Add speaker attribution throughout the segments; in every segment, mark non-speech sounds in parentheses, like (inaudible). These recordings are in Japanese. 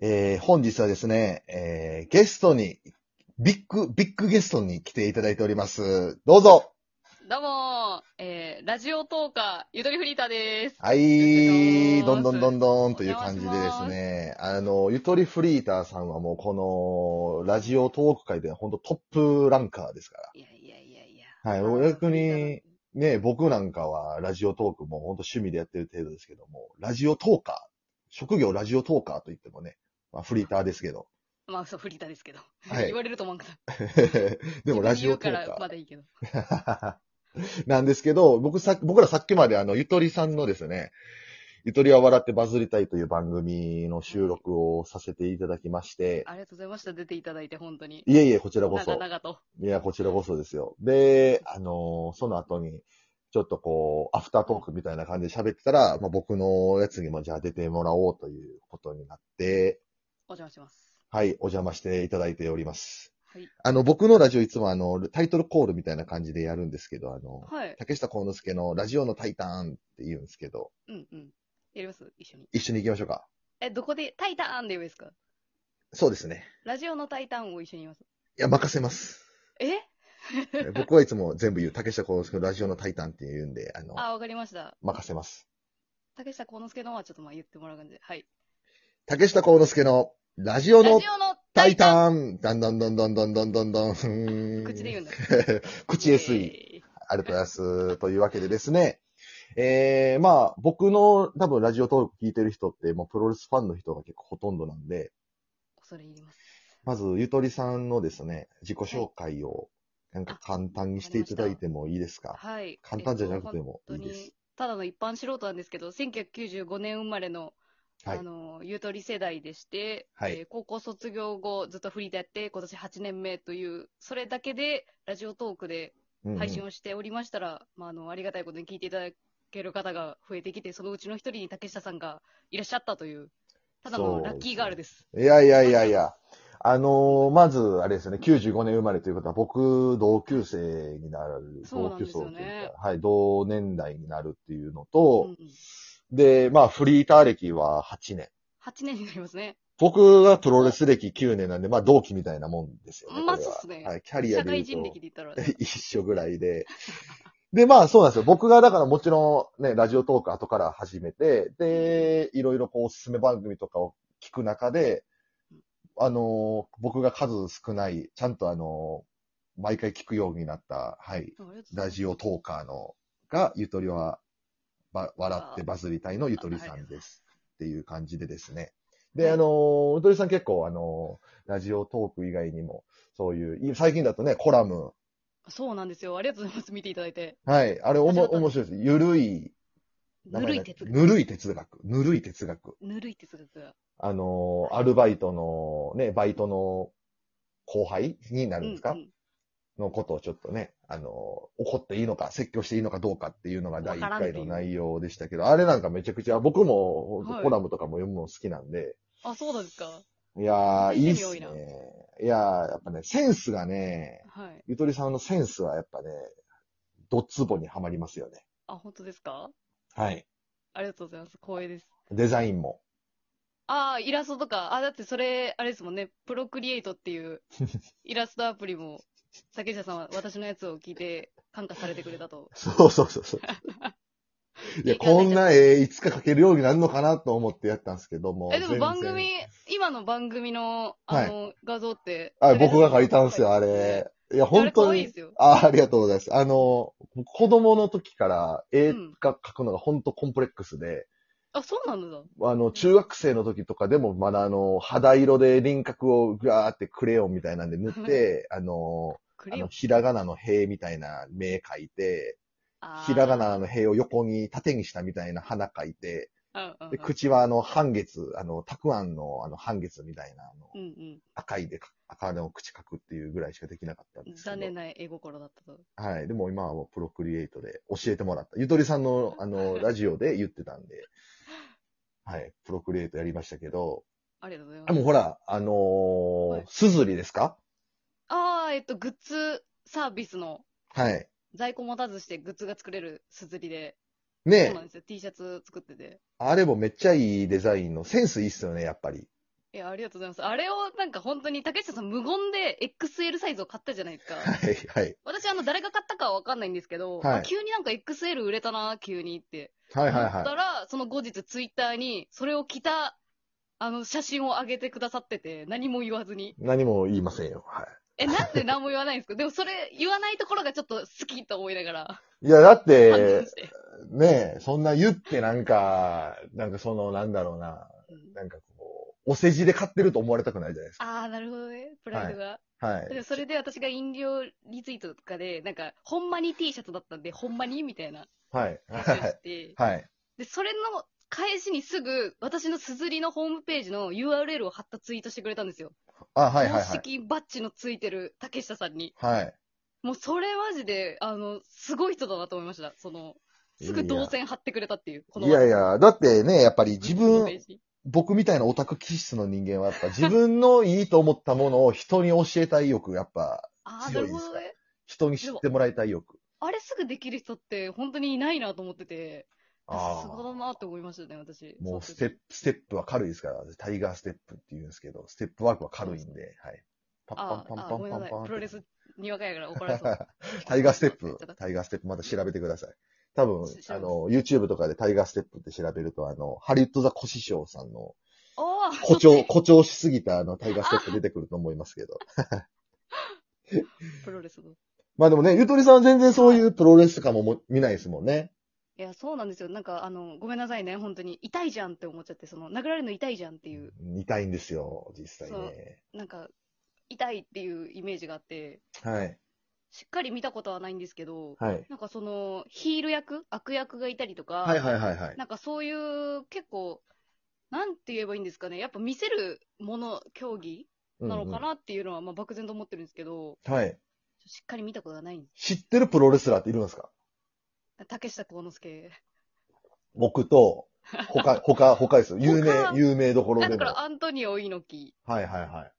Speaker 1: えー本日はですね、えーゲストに、ビッグ、ビッグゲストに来ていただいております。どうぞ
Speaker 2: どうもー、えー、ラジオトーカー、ゆとりフリーターです。
Speaker 1: はい、ど
Speaker 2: ど
Speaker 1: ん
Speaker 2: うぞ
Speaker 1: どんどんどんという感じで
Speaker 2: お
Speaker 1: で
Speaker 2: 邪
Speaker 1: す
Speaker 2: 魔します
Speaker 1: ね、あの、ゆとりフリーターさんはもうこの、ラジオトーク界で本当トップランカーですから。
Speaker 2: いやいやいやいや。
Speaker 1: はい
Speaker 2: まあ
Speaker 1: 逆に。ね、僕なんかはラジオトークも本当趣味でやってる程度ですけども、ラジオトーカー、職業ラジオトーカーと言ってもね、まあフリーターですけど。
Speaker 2: まあ、そう、フリーターですけど。
Speaker 1: はい (laughs)
Speaker 2: 言われると思うんかな。
Speaker 1: でもラジオト
Speaker 2: 自
Speaker 1: ー
Speaker 2: 分で
Speaker 1: カ
Speaker 2: 言うから、
Speaker 1: ー
Speaker 2: ま。だいいけど。
Speaker 1: (laughs) なんですけど、僕さ、僕らさっきまであの、ゆとりさんのですね、ゆとりは笑ってバズりたいという番組の収録をさせていただきまして、
Speaker 2: ありがとうございました。出ていただいて、本当に。
Speaker 1: いえいえ、こちらこ
Speaker 2: 長
Speaker 1: そ。
Speaker 2: 々と。
Speaker 1: いや、こちらこそですよ。で、あのーその後に、ちょっとこう、アフタートークみたいな感じで喋ってたら、まあ、僕のやつにもじゃあ出てもらおうということになって、
Speaker 2: お邪魔します。
Speaker 1: はい、お邪魔していただいております。
Speaker 2: はい。
Speaker 1: あの、僕のラジオいつもあの、タイトルコールみたいな感じでやるんですけど、あの、
Speaker 2: はい。
Speaker 1: 竹下幸之助のラジオのタイタンって言うんですけど、
Speaker 2: うんうん。やります一緒に。
Speaker 1: 一緒に行きましょうか。
Speaker 2: え、どこで、タイターンで言うんですか
Speaker 1: そうですね。
Speaker 2: ラジオのタイターンを一緒に言います。
Speaker 1: いや、任せます。
Speaker 2: え
Speaker 1: 僕はいつも全部言う、竹下幸之助のラジオのタイタンって言うんで、あの、
Speaker 2: あ、わかりました。
Speaker 1: 任せます。
Speaker 2: 竹下幸之助のはちょっとまあ言ってもらう感じで。はい。
Speaker 1: 竹下幸之助のラジオ
Speaker 2: ラジ
Speaker 1: の
Speaker 2: オの
Speaker 1: タ
Speaker 2: タ
Speaker 1: イ
Speaker 2: イターン
Speaker 1: タンだんだんだんだんだんだんだんだん。
Speaker 2: 口で言うん
Speaker 1: う
Speaker 2: だ。
Speaker 1: ん口 SE。
Speaker 2: イエーイ。
Speaker 1: ありがとうございます。というわけでですね、えー、まあ、僕の多分ラジオトーク聞いてる人って、もうプロレスファンの人が結構ほとんどなんで、
Speaker 2: 恐れ入ります。
Speaker 1: まず、ゆとりさんのですね、自己紹介を、なんか簡単にしていただいてもいいですか
Speaker 2: はい。
Speaker 1: 簡単じゃなくて
Speaker 2: も
Speaker 1: もい
Speaker 2: 本
Speaker 1: いで
Speaker 2: 当に
Speaker 1: す。、
Speaker 2: ただの一般素人なんですけど、1995年生まれの、
Speaker 1: はい
Speaker 2: あ。の、ゆとり世代でして、
Speaker 1: はい
Speaker 2: えー高校卒業後、ずっとフリーでやって、今年8年目という、それだけで、ラジオトークで
Speaker 1: うんうん
Speaker 2: 配信をしておりましたら、まあ、あの、ありがたいことに聞いていただける方が増えてきて、そのうちの一人に竹下さんがいらっしゃったという、ただのラッキーガールです。
Speaker 1: いやいやいやいや。あのーまず、あれですね、95年生まれということは、僕、同級生になる、
Speaker 2: そう
Speaker 1: 同
Speaker 2: なん
Speaker 1: 級
Speaker 2: です
Speaker 1: 層とい
Speaker 2: よ
Speaker 1: うか、
Speaker 2: ね
Speaker 1: はい、同年代になるっていうのと、
Speaker 2: うんうん
Speaker 1: で、まあ、フリーター歴は8年。
Speaker 2: 8年になりますね。
Speaker 1: 僕がプロレス歴9年なんで、まあ、同期みたいなもんですよね。
Speaker 2: まあ
Speaker 1: これは
Speaker 2: そうっすね
Speaker 1: はい、キャリア
Speaker 2: 社
Speaker 1: で言
Speaker 2: 会
Speaker 1: うと。
Speaker 2: 人歴で言ったら、
Speaker 1: (laughs) 一緒ぐらいで。で、まあそうなんですよ。僕がだからもちろんね、ラジオトーク後から始めて、で、いろいろこうおすすめ番組とかを聞く中で、あのー僕が数少ない、ちゃんとあのー毎回聞くようになった、はい、
Speaker 2: ありがとうございます
Speaker 1: ラジオトーカーの、が、ゆとりは、ば、笑ってバズりたいのゆとりさんです。っていう感じでですね。で、あのーゆとりさん結構あのーラジオトーク以外にも、そういう、い最近だとね、コラム、
Speaker 2: そうなんですよ。ありがとうございます。見ていただいて。
Speaker 1: はい。あれ、おも、
Speaker 2: 始まった
Speaker 1: 面白いです。ゆるい。
Speaker 2: ぬるい哲学。
Speaker 1: ぬるい哲学。ぬるい哲学。
Speaker 2: ぬるい哲学が。
Speaker 1: あのー、アルバイトの、ね、バイトの後輩になるんですか、
Speaker 2: うんうん
Speaker 1: のことをちょっとね、あのー、怒っていいのか、説教していいのかどうかっていうのが第1
Speaker 2: わからんっ
Speaker 1: 回
Speaker 2: てい
Speaker 1: の
Speaker 2: う
Speaker 1: 内容でしたけど、あれなんかめちゃくちゃ、僕もほん
Speaker 2: は
Speaker 1: と
Speaker 2: い
Speaker 1: コラムとかも読むの好きなんで、
Speaker 2: あ、そうなんですか。
Speaker 1: い、やー、いいっすね
Speaker 2: 趣味多い。
Speaker 1: いやー、やっぱね、センスがね、
Speaker 2: はい。
Speaker 1: ゆとりさんのセンスはやっぱね、どつぼにはまりますよね。
Speaker 2: あ、本当ですか
Speaker 1: はい。
Speaker 2: ありがとうございます。光栄です。
Speaker 1: デザインも。
Speaker 2: ああ、イラストとか。あ、だってそれ、あれですもんね。プロクリエイトっていうイラストアプリも、竹下さんは私のやつを聞いて感化されてくれたと。
Speaker 1: そうそうそう
Speaker 2: (laughs)
Speaker 1: そう。いや、
Speaker 2: いい感
Speaker 1: こ
Speaker 2: じ
Speaker 1: んな絵、いつか描けるようになるのかなと思ってやったんですけども。
Speaker 2: え、でも
Speaker 1: 全然
Speaker 2: 番組、今の番組の、あの、画像って。
Speaker 1: あ、僕が描いたんですよ、あ
Speaker 2: はい
Speaker 1: れ。。いや、
Speaker 2: 本
Speaker 1: 本
Speaker 2: 当
Speaker 1: 当
Speaker 2: に。あれ可愛いで
Speaker 1: に。
Speaker 2: すよ。
Speaker 1: あ、ありがとうございます。あの、僕子供の時から絵
Speaker 2: うん
Speaker 1: が描くのが本当コンプレックスで、
Speaker 2: あ、そうなんだ。
Speaker 1: あの、中学生の時とかでもまだあの、肌色で輪郭をぐわーってクレヨンみたいなんで塗って、あの、
Speaker 2: ク
Speaker 1: あ
Speaker 2: レヨ
Speaker 1: の、
Speaker 2: ン。
Speaker 1: ひらがなの兵みたいな目描いて、
Speaker 2: あー
Speaker 1: ひらが。なの兵を横に縦にしたみたいな花描いて、
Speaker 2: うんうんうん
Speaker 1: で、口はあの、半月、あの、たくあんのあの、半月みたいな、あの、
Speaker 2: うんうん。
Speaker 1: 赤いでか、赤の口書くっていうぐらいしかできなかったんですけど。
Speaker 2: 残念な絵心だったと。
Speaker 1: はい。でも今はもうプロクリエイトで教えてもらった。ゆとりさんの、あ
Speaker 2: (laughs)
Speaker 1: の、ラジオで言ってたんで、はい。プロクリエイトやりましたけど、
Speaker 2: ありがとうございま
Speaker 1: あ
Speaker 2: す。
Speaker 1: もうほら、あの
Speaker 2: はい
Speaker 1: ー、すずりですか
Speaker 2: ああ、えっと、グッズサービスの
Speaker 1: はい。
Speaker 2: 在庫持たずしてグッズが作れるすずりで、そう
Speaker 1: ね
Speaker 2: なん
Speaker 1: え、
Speaker 2: ですよ。T シャツ作ってて。
Speaker 1: あれもめっちゃいいデザインの、センスいいっすよね、やっぱり。
Speaker 2: いや、ありがとうございます。あれをなんか本当に、竹下さん無言で XL サイズを買ったじゃないですか。
Speaker 1: はい、はい。
Speaker 2: 私、あの、誰が買ったかはわかんないんですけど、
Speaker 1: はい
Speaker 2: あ急になんか XL 売れたな、急にって。
Speaker 1: はい、はい、
Speaker 2: 思った
Speaker 1: は
Speaker 2: ら、その後日ツイッターに、それを着た、あの、写真を上げてくださってて、何も言わずに。
Speaker 1: い。何も言いませんよ。は
Speaker 2: え、なんで何も言わないんですかでもそれ、言わないところがちょっと好きと思いながら、
Speaker 1: い。いや、だっ
Speaker 2: 反応
Speaker 1: て、
Speaker 2: して。
Speaker 1: ねえ、そんな言ってなんか、なんかその、なんだろうな、
Speaker 2: うん
Speaker 1: なんかこう、お世辞で買ってると思われたくないじゃないですか。
Speaker 2: あー、なるほどね。プライドが。
Speaker 1: はい。
Speaker 2: でもそれで私が飲料リツイートとかで、なんか、ほんまに T シャツだったんで、ほんまにみたいな (laughs)
Speaker 1: はい。
Speaker 2: 話を
Speaker 1: はい
Speaker 2: して、
Speaker 1: はい。
Speaker 2: で、それの返しにすぐ、私のすずりのホームページの URL を貼ったツイートしてくれたんですよ。
Speaker 1: あ、はい、はい、
Speaker 2: 公
Speaker 1: はい。
Speaker 2: 式バッジのついてる竹下さんに。
Speaker 1: はい。
Speaker 2: もうそれマジで、あの、すごい人だなと思いました。その、すぐ動線貼ってくれたっていう、この。
Speaker 1: いやいや、だってね、やっぱり自
Speaker 2: ホームペ
Speaker 1: 分
Speaker 2: ー、ジ
Speaker 1: 僕みたいなオタク気質の人間は、やっぱ自分のいいと思ったものを人に教えたい欲、やっぱ、
Speaker 2: ああ、な
Speaker 1: 強い
Speaker 2: る
Speaker 1: です
Speaker 2: ほ
Speaker 1: か
Speaker 2: どね。
Speaker 1: 人に知ってもらいたい欲。
Speaker 2: あれすぐできる人って本当にいないなと思ってて、
Speaker 1: あ
Speaker 2: すご
Speaker 1: あ。
Speaker 2: いなって思いましたね、私。
Speaker 1: もう
Speaker 2: そ
Speaker 1: ス
Speaker 2: の時
Speaker 1: テップ、ステップは軽いですから、タイガーステップって言うんですけど、ステップワークは軽いんで、はい。パ
Speaker 2: あーあー、ごめんなさい。プロレスにわかやから怒られそう。
Speaker 1: (laughs) タイガーステップ
Speaker 2: ちょっと、
Speaker 1: タイガーステップまた調べてください。多分
Speaker 2: 調べま、す
Speaker 1: あの、YouTube とかでタイガーステップって調べると、あの、ハリウッドザコシショウさんの
Speaker 2: おー
Speaker 1: 誇張、誇張しすぎたあのタイガーステップ出てくると思いますけど。 (laughs)
Speaker 2: プロレスの。い
Speaker 1: まあでもね、ゆとりさんは全然そういうプロレスとかもも見ないですもんね。
Speaker 2: や、そうなんですよ。なんか、あの、ごめんなさいね、本当に。痛いじゃんって思っちゃって、その、殴られるの痛いじゃんっていう、
Speaker 1: 痛いんですよ、実際ね。
Speaker 2: なんか、痛いっていうイメージがあって、
Speaker 1: はい。
Speaker 2: しっかり見たことはないんですけど、
Speaker 1: はい。
Speaker 2: なんかその、ヒール役悪役がいたりとか、
Speaker 1: はいはいはいはい。
Speaker 2: なんかそういう、結構、なんて言えばいいんですかね、やっぱ見せるもの、競技なのかなっていうのは、まあ、漠然と思ってるんですけど、
Speaker 1: うんうんはい。
Speaker 2: しっかり見たことがないんで
Speaker 1: 知ってるプロレスラーっているんですか
Speaker 2: す。竹下幸之助。
Speaker 1: 僕と、
Speaker 2: (laughs)
Speaker 1: 他、他、他ですよ。有名、有名どころ
Speaker 2: あ
Speaker 1: で
Speaker 2: だ
Speaker 1: も。
Speaker 2: か
Speaker 1: は
Speaker 2: ら、アントニオ猪木、
Speaker 1: いはいは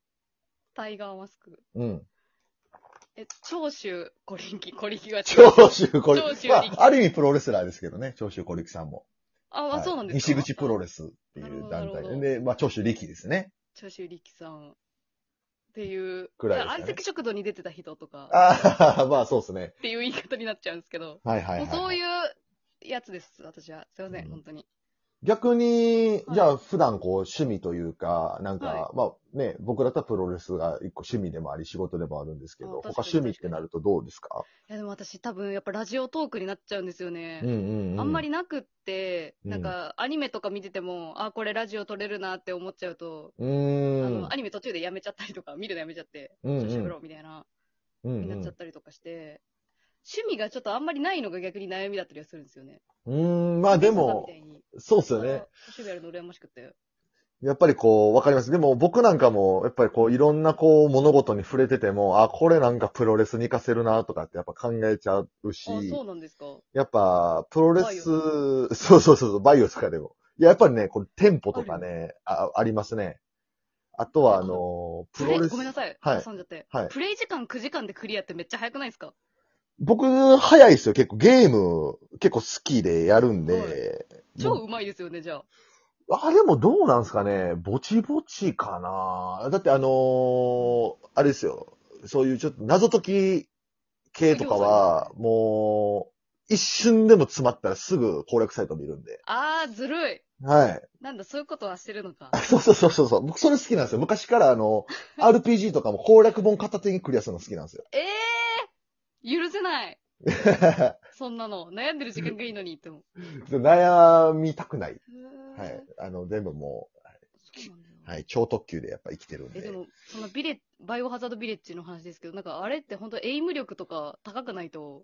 Speaker 2: タイガーマスク。
Speaker 1: い。うん。
Speaker 2: え、長州小力、小力は違う。
Speaker 1: 長州小
Speaker 2: 長州
Speaker 1: 力。ま
Speaker 2: 力
Speaker 1: あ、ある意味プロレスラーですけどね、長州小力さんも。
Speaker 2: あ、
Speaker 1: は
Speaker 2: あ
Speaker 1: い
Speaker 2: そうなんですか
Speaker 1: 西口プロレスっていう
Speaker 2: な
Speaker 1: 団
Speaker 2: るほどなるほ
Speaker 1: 体
Speaker 2: ど
Speaker 1: で、まあ、長州力ですね。
Speaker 2: 長州力さん。っていう。
Speaker 1: ぐらいですかね
Speaker 2: 相席食堂に出てた人とか。
Speaker 1: ああ、まあそうですね。
Speaker 2: っていう言い方になっちゃうんですけど。
Speaker 1: はいはいはい、。
Speaker 2: もうそういううやつです、私は。すいません、
Speaker 1: うん
Speaker 2: 本当に。
Speaker 1: 逆に、
Speaker 2: はい
Speaker 1: じゃあ普段こう趣味というか、なんか、
Speaker 2: は
Speaker 1: まあね、僕だったらプロレスが一個趣味でもあり仕事でもあるんですけど、
Speaker 2: あ確
Speaker 1: 他
Speaker 2: かに
Speaker 1: 趣味ってなるとどうですか
Speaker 2: いや、でも私多分やっぱラジオトークになっちゃうんですよね。
Speaker 1: うんうん、うん。
Speaker 2: あんまりなくって、
Speaker 1: うん
Speaker 2: なんかアニメとか見てても、あ、これラジオ撮れるなって思っちゃうと、
Speaker 1: う
Speaker 2: あ
Speaker 1: ーん。
Speaker 2: の、アニメ途中でやめちゃったりとか、見るのやめちゃって、
Speaker 1: うんうん
Speaker 2: 調子ぶろうみたいな、
Speaker 1: うん
Speaker 2: になっちゃったりとかして、趣味がちょっとあんまりないのが逆に悩みだったりはするんですよね。
Speaker 1: うん。うーん、まあでも
Speaker 2: 竹、下さんみたいに
Speaker 1: そうっすよね。。
Speaker 2: 趣味やるの羨ましくて。
Speaker 1: やっぱりこう、わかります。でも僕なんかも、やっぱりこう、いろんなこう、物事に触れてても、あ、これなんかプロレスに活かせるなとかってやっぱ考えちゃうし
Speaker 2: あ、、そうなんですか。
Speaker 1: やっぱ、プロレス、そうそうそうそう、バイオとかでも。いや、やっぱりね、これ店舗とかね、あありますね。あとはあの、プ
Speaker 2: プ
Speaker 1: ロ
Speaker 2: レ
Speaker 1: レ
Speaker 2: イ、
Speaker 1: ス
Speaker 2: ごめん、なさい。
Speaker 1: はい
Speaker 2: 挟んじゃって。
Speaker 1: はい
Speaker 2: プレイ時間9時間でクリアってめっちゃ早くないですか
Speaker 1: 僕、早いですよ、結構。ゲーム、結構好きでやるん
Speaker 2: は
Speaker 1: で。
Speaker 2: 超うまいですよね、じゃあ。
Speaker 1: あ、でもどうなんすかね。ぼちぼちかな。だってあのーあれですよ。そういうちょっと謎解き系とかは、もう、一瞬でも詰まったらすぐ攻略サイト見るんで。
Speaker 2: あー、ずるい。
Speaker 1: はい。
Speaker 2: なんだ、そういうことはしてるのか。
Speaker 1: そうそうそうそうそう。僕それ好きなんですよ。昔からあの、RPG とかも攻略本片手にクリアするの好きなんですよ。 (laughs)
Speaker 2: ええー、許せない。そんなの。悩んでる時間がいいのにって思う。
Speaker 1: 悩みたくない。は
Speaker 2: へー
Speaker 1: い。あの、全部も
Speaker 2: そうなんだよ
Speaker 1: う、はい、超特急でやっぱ生きてるんで。
Speaker 2: え、でも、そのビレ、バイオハザードビレッジの話ですけど、なんかあれって本当エイム力とか高くないと、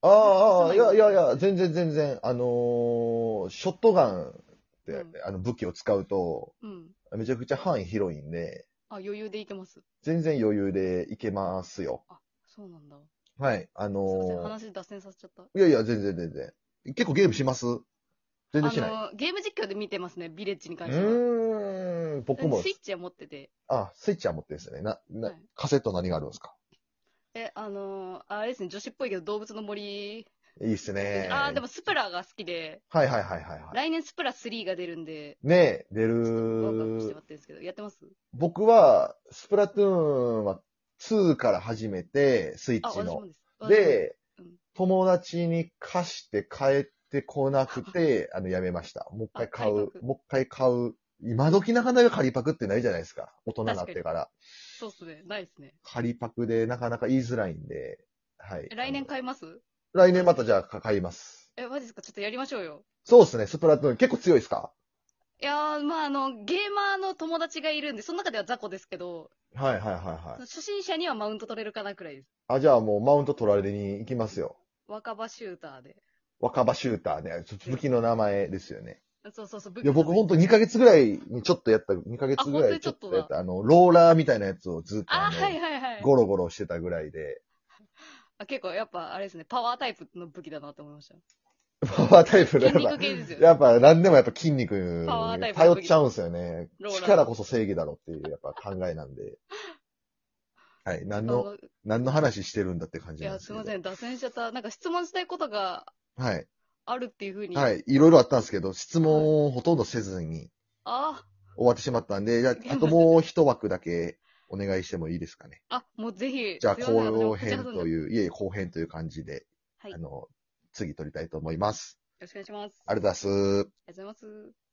Speaker 1: ああああ、いやいやいや、全然全然、あのーショットガンって、
Speaker 2: うん
Speaker 1: あの武器を使うと、
Speaker 2: うん。
Speaker 1: めちゃくちゃ範囲広いんで、
Speaker 2: あ、余裕でいけます。
Speaker 1: 全然余裕でいけますよ。
Speaker 2: あ、そうなんだ。
Speaker 1: はい。あの
Speaker 2: すいません、
Speaker 1: ー
Speaker 2: 話脱線させちゃった。
Speaker 1: いやいや、全然全然。結構ゲームします全然しない。
Speaker 2: あの、ゲーム実況で見てますね、ビレッジに関
Speaker 1: う
Speaker 2: しては。
Speaker 1: ーん、僕も
Speaker 2: スイ、ッチは持ってて。
Speaker 1: あ、スイッチは持ってるんですよね。な、な
Speaker 2: はい、
Speaker 1: カセット何があるんですか
Speaker 2: え、あのーあれですね、女子っぽいけど動物の森。
Speaker 1: いいっすね。
Speaker 2: あー、でもスプラが好きで、
Speaker 1: はいはいはいはい、はい。
Speaker 2: 来年スプラ3が出るんで、
Speaker 1: ねえ、出
Speaker 2: ちょっとワクワクして
Speaker 1: る
Speaker 2: 待ってですけど、やってます
Speaker 1: 僕は、スプラトゥーンは2から始めて、スイッ
Speaker 2: あ、
Speaker 1: チ
Speaker 2: 私
Speaker 1: の
Speaker 2: も。です。私もす、
Speaker 1: で
Speaker 2: うん、
Speaker 1: 友達に貸して帰ってこなく
Speaker 2: (laughs)
Speaker 1: て、あの、やめました。もう一回買
Speaker 2: あ
Speaker 1: う
Speaker 2: 借りパ。ク
Speaker 1: もう一回買う。今時なかなか借りパクってないじゃないですか。大人になってから。
Speaker 2: そうっすね。ないですね。
Speaker 1: 借りパクでなかなか言いづらいんで、はい。
Speaker 2: 来
Speaker 1: あ
Speaker 2: 年
Speaker 1: の
Speaker 2: 買います
Speaker 1: 来年またじゃあか買います。
Speaker 2: え、マジですかちょっとやりましょうよ。
Speaker 1: そうですね、スプラトゥーン結構強いですか
Speaker 2: いやー、まあ、あの、ゲーマーの友達がいるんで、その中では雑魚ですけど、
Speaker 1: はいはいはいはい。
Speaker 2: 初心者にはマウント取れるかなくらいです。
Speaker 1: あ、じゃあもうマウント取られに行きますよ。
Speaker 2: 若葉シューターで。
Speaker 1: 若葉シューターね。武器の名前ですよね。
Speaker 2: そうそうそう、武器
Speaker 1: いや、僕ほんと2ヶ月ぐらいにちょっとやった、2ヶ月ぐらいちょっとやった、あの、ローラーみたいなやつをずっと
Speaker 2: あ
Speaker 1: あ
Speaker 2: ー、
Speaker 1: の、
Speaker 2: はいはいはい。
Speaker 1: ゴロゴロしてたぐらいで、
Speaker 2: あ結構やっぱ、あれですね、パワータイプの武器だなと思いま
Speaker 1: (laughs)
Speaker 2: した。
Speaker 1: パワータイプのやっ
Speaker 2: 筋
Speaker 1: ぱ
Speaker 2: 肉、系ですよね。
Speaker 1: やっぱ何でもやっぱ筋肉
Speaker 2: パワータイプ
Speaker 1: 頼っちゃうんですよね
Speaker 2: ロー。ラー
Speaker 1: 力こそ正義だろっていうやっぱ考えなんで。はい、何の、何の話してるんだって感
Speaker 2: い
Speaker 1: じなん
Speaker 2: や、
Speaker 1: です
Speaker 2: す
Speaker 1: け
Speaker 2: い
Speaker 1: ど。
Speaker 2: ません、脱線しちゃった。なんか質問したいことが
Speaker 1: はい。
Speaker 2: あるっていうふうに。。
Speaker 1: はいい。いろいろあったんですけど、質問をほとんどせずに
Speaker 2: あ
Speaker 1: 終わってしまったんで、じゃあ、あともう一枠だけお願いしてもいいですかね。
Speaker 2: あ、あ、もうぜひ。
Speaker 1: じゃあ、
Speaker 2: すいません
Speaker 1: 後編。
Speaker 2: 私も口挟んじゃった
Speaker 1: と
Speaker 2: よ
Speaker 1: いう、いえいえ、後編という感じで、
Speaker 2: はい
Speaker 1: あの、次撮りたいと思います。
Speaker 2: ろしくお願いします。
Speaker 1: ありがとうございます。
Speaker 2: ありがとうございます。